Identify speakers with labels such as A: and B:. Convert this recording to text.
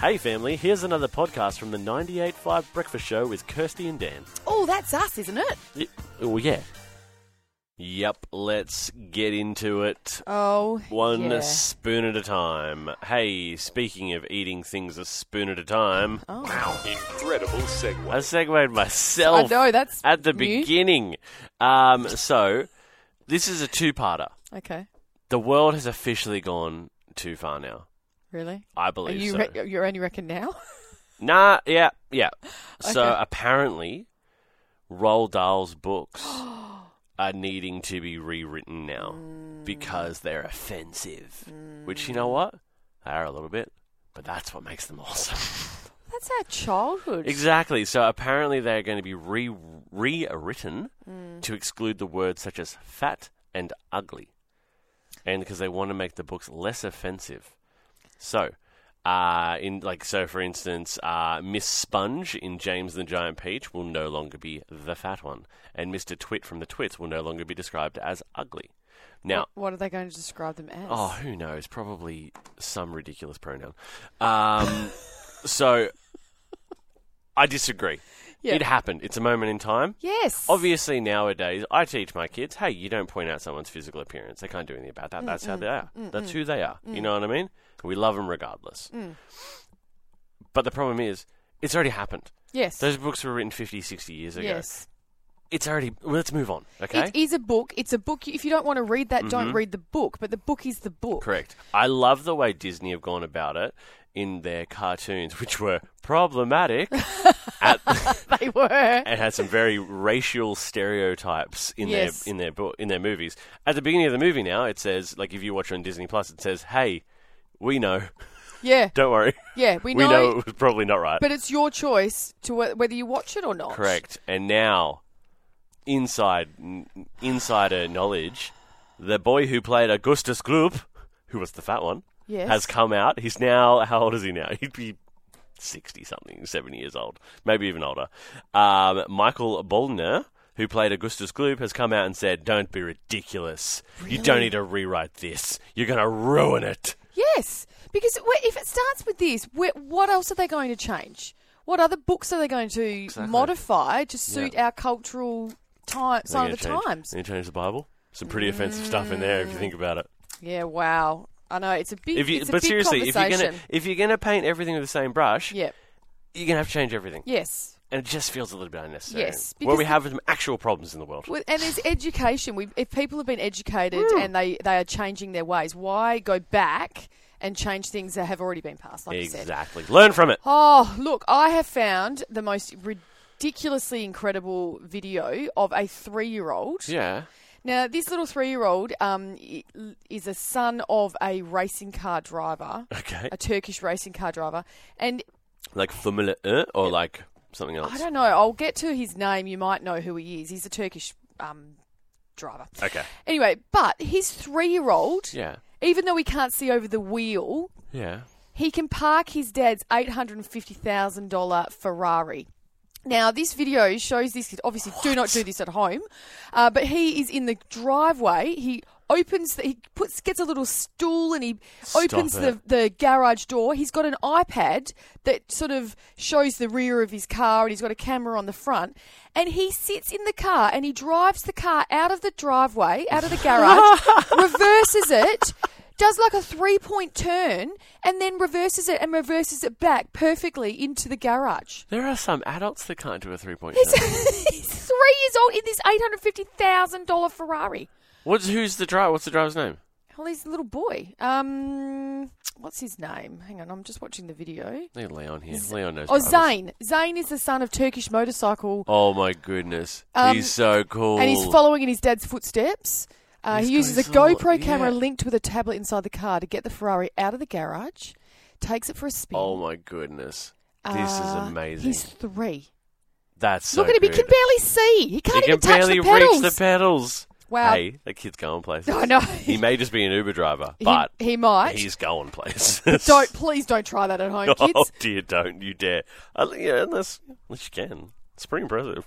A: Hey, family, here's another podcast from the 98.5 Breakfast Show with Kirsty and Dan.
B: Oh, that's us, isn't it?
A: Y- Oh, yeah. Yep, let's get into it.
B: Oh,
A: One
B: yeah.
A: spoon at a time. Hey, speaking of eating things a spoon at a time,
B: Oh.
C: Incredible segue.
A: I segued
B: I
A: myself
B: know that's
A: at the
B: new.
A: beginning. Um, so, this is a two parter.
B: Okay,
A: The world has officially gone too far now.
B: really?
A: I
B: Are
A: believe
B: you
A: so.
B: re- you only reckon now?
A: Nah, yeah, yeah. So
B: Okay.
A: apparently, Roald Dahl's books are needing to be rewritten now because they're offensive. Which, you know what? They are a little bit, but that's what makes them awesome.
B: That's our childhood.
A: exactly. So apparently, they're going to be re- rewritten to exclude the words such as fat and ugly. And because they want to make the books less offensive. So, uh, in like so, for instance, uh, Miss Sponge in James and the Giant Peach will no longer be the fat one, and Mister Twit from the Twits will no longer be described as ugly. Now,
B: What, what are they going to describe them as?
A: oh, who knows? Probably some ridiculous pronoun. Um, so, I disagree.
B: Yeah.
A: It happened. It's a moment in time.
B: yes.
A: Obviously, nowadays, I teach my kids, hey, you don't point out someone's physical appearance. They can't do anything about that.
B: Mm,
A: That's how they are. That's who they are. You know what I mean? We love them regardless.
B: Mm.
A: But the problem is, it's already happened.
B: Yes.
A: Those books were written 50, 60 years ago.
B: yes.
A: It's already. Well, let's move on, okay? Mm-hmm.
B: It is a book. It's a book. If you don't want to read that, don't read the book. But the book is the book.
A: Correct. I love the way Disney have gone about it in their cartoons, which were problematic at,
B: They were.
A: and had some very racial stereotypes in
B: Yes.
A: their in their book in their movies. At the beginning of the movie, now it says like if you watch on Disney Plus, it says, "Hey, we know.
B: Yeah.
A: Don't worry,
B: Yeah. We
A: we,
B: know.
A: know it was probably not right."
B: But it's your choice to wh- whether you watch it or not.
A: Correct. And now, inside n- insider knowledge, the boy who played Augustus Gloop, who was the fat one,
B: Yes.
A: has come out. He's now how old is he now? He'd be sixty something, seventy years old, maybe even older. Um, Michael Bolner, who played Augustus Gloop, has come out and said, "Don't be ridiculous. You don't need to rewrite this. You're going to ruin it."
B: Yes, because wh- if it starts with this, wh- what else are they going to change? What other books are they going to modify to suit our cultural time sign of the
A: They're gonna change-
B: times?
A: they're gonna change the Bible. Some pretty offensive stuff in there if you think about it.
B: Yeah, wow. I know it's a big,
A: If you,
B: it's a
A: but
B: big
A: seriously, if you're
B: conversation.
A: gonna if you're gonna paint everything with the same brush,
B: Yep.
A: you're gonna have to change everything,
B: Yes.
A: and it just feels a little bit unnecessary.
B: Yes,
A: where we
B: because-
A: have some actual problems in the world.
B: Well, And it's education. We, if people have been educated and they, they are changing their ways, why go back and change things that have already been passed? Like I said.
A: exactly. Learn from it.
B: Oh, look, I have found the most ridiculously incredible video of a three year old.
A: Yeah.
B: Now, this little three year old um, i- is a son of a racing car driver,
A: Okay.
B: a Turkish racing car driver. And
A: Like Formula E or like something else.
B: I don't know, I'll get to his name. You might know who he is. He's a Turkish um, driver.
A: Okay.
B: Anyway, but his three year old,
A: Yeah.
B: even though he can't see over the wheel,
A: Yeah.
B: he can park his dad's $850,000 Ferrari. Now, this video shows this. kid- Obviously, do not do this at home. Uh, but he is in the driveway. He opens. The, he puts gets a little stool and he opens the,
A: it.
B: the garage door. He's got an iPad that sort of shows the rear of his car, and he's got a camera on the front. And he sits in the car and he drives the car out of the driveway, out of the garage, reverses it. Does like a three point turn and then reverses it and reverses it back perfectly into the garage.
A: There are some adults that can't do a three point.
B: He's three years old in this eight hundred fifty thousand dollar Ferrari.
A: What's who's the driver? What's the driver's name?
B: Well, he's a little boy. Um, what's his name? Hang on, I'm just watching the video.
A: I think Leon here. Leon knows.
B: Oh,
A: drivers.
B: Zane. Zane is the son of Turkish motorcycle,
A: Oh my goodness,
B: Um,
A: he's so cool.
B: and he's following in his dad's footsteps. Uh,
A: He's
B: he
A: got
B: uses a
A: his little-
B: GoPro camera
A: yeah.
B: linked with a tablet inside the car to get the Ferrari out of the garage. Takes it for a spin.
A: Oh my goodness, this is
B: Uh,
A: amazing.
B: He's three.
A: That's so
B: Look at him.
A: good.
B: He can barely see. He can't
A: He
B: even
A: can
B: touch
A: barely
B: the pedals.
A: reach the pedals.
B: Wow.
A: Hey, that kid's going places.
B: I know.
A: He may just be an Uber driver,
B: He-
A: but
B: he, might.
A: he's going places.
B: Don't please don't try that at home,
A: Oh
B: kids.
A: dear, don't you dare. Uh, yeah, unless, unless you can. It's pretty impressive.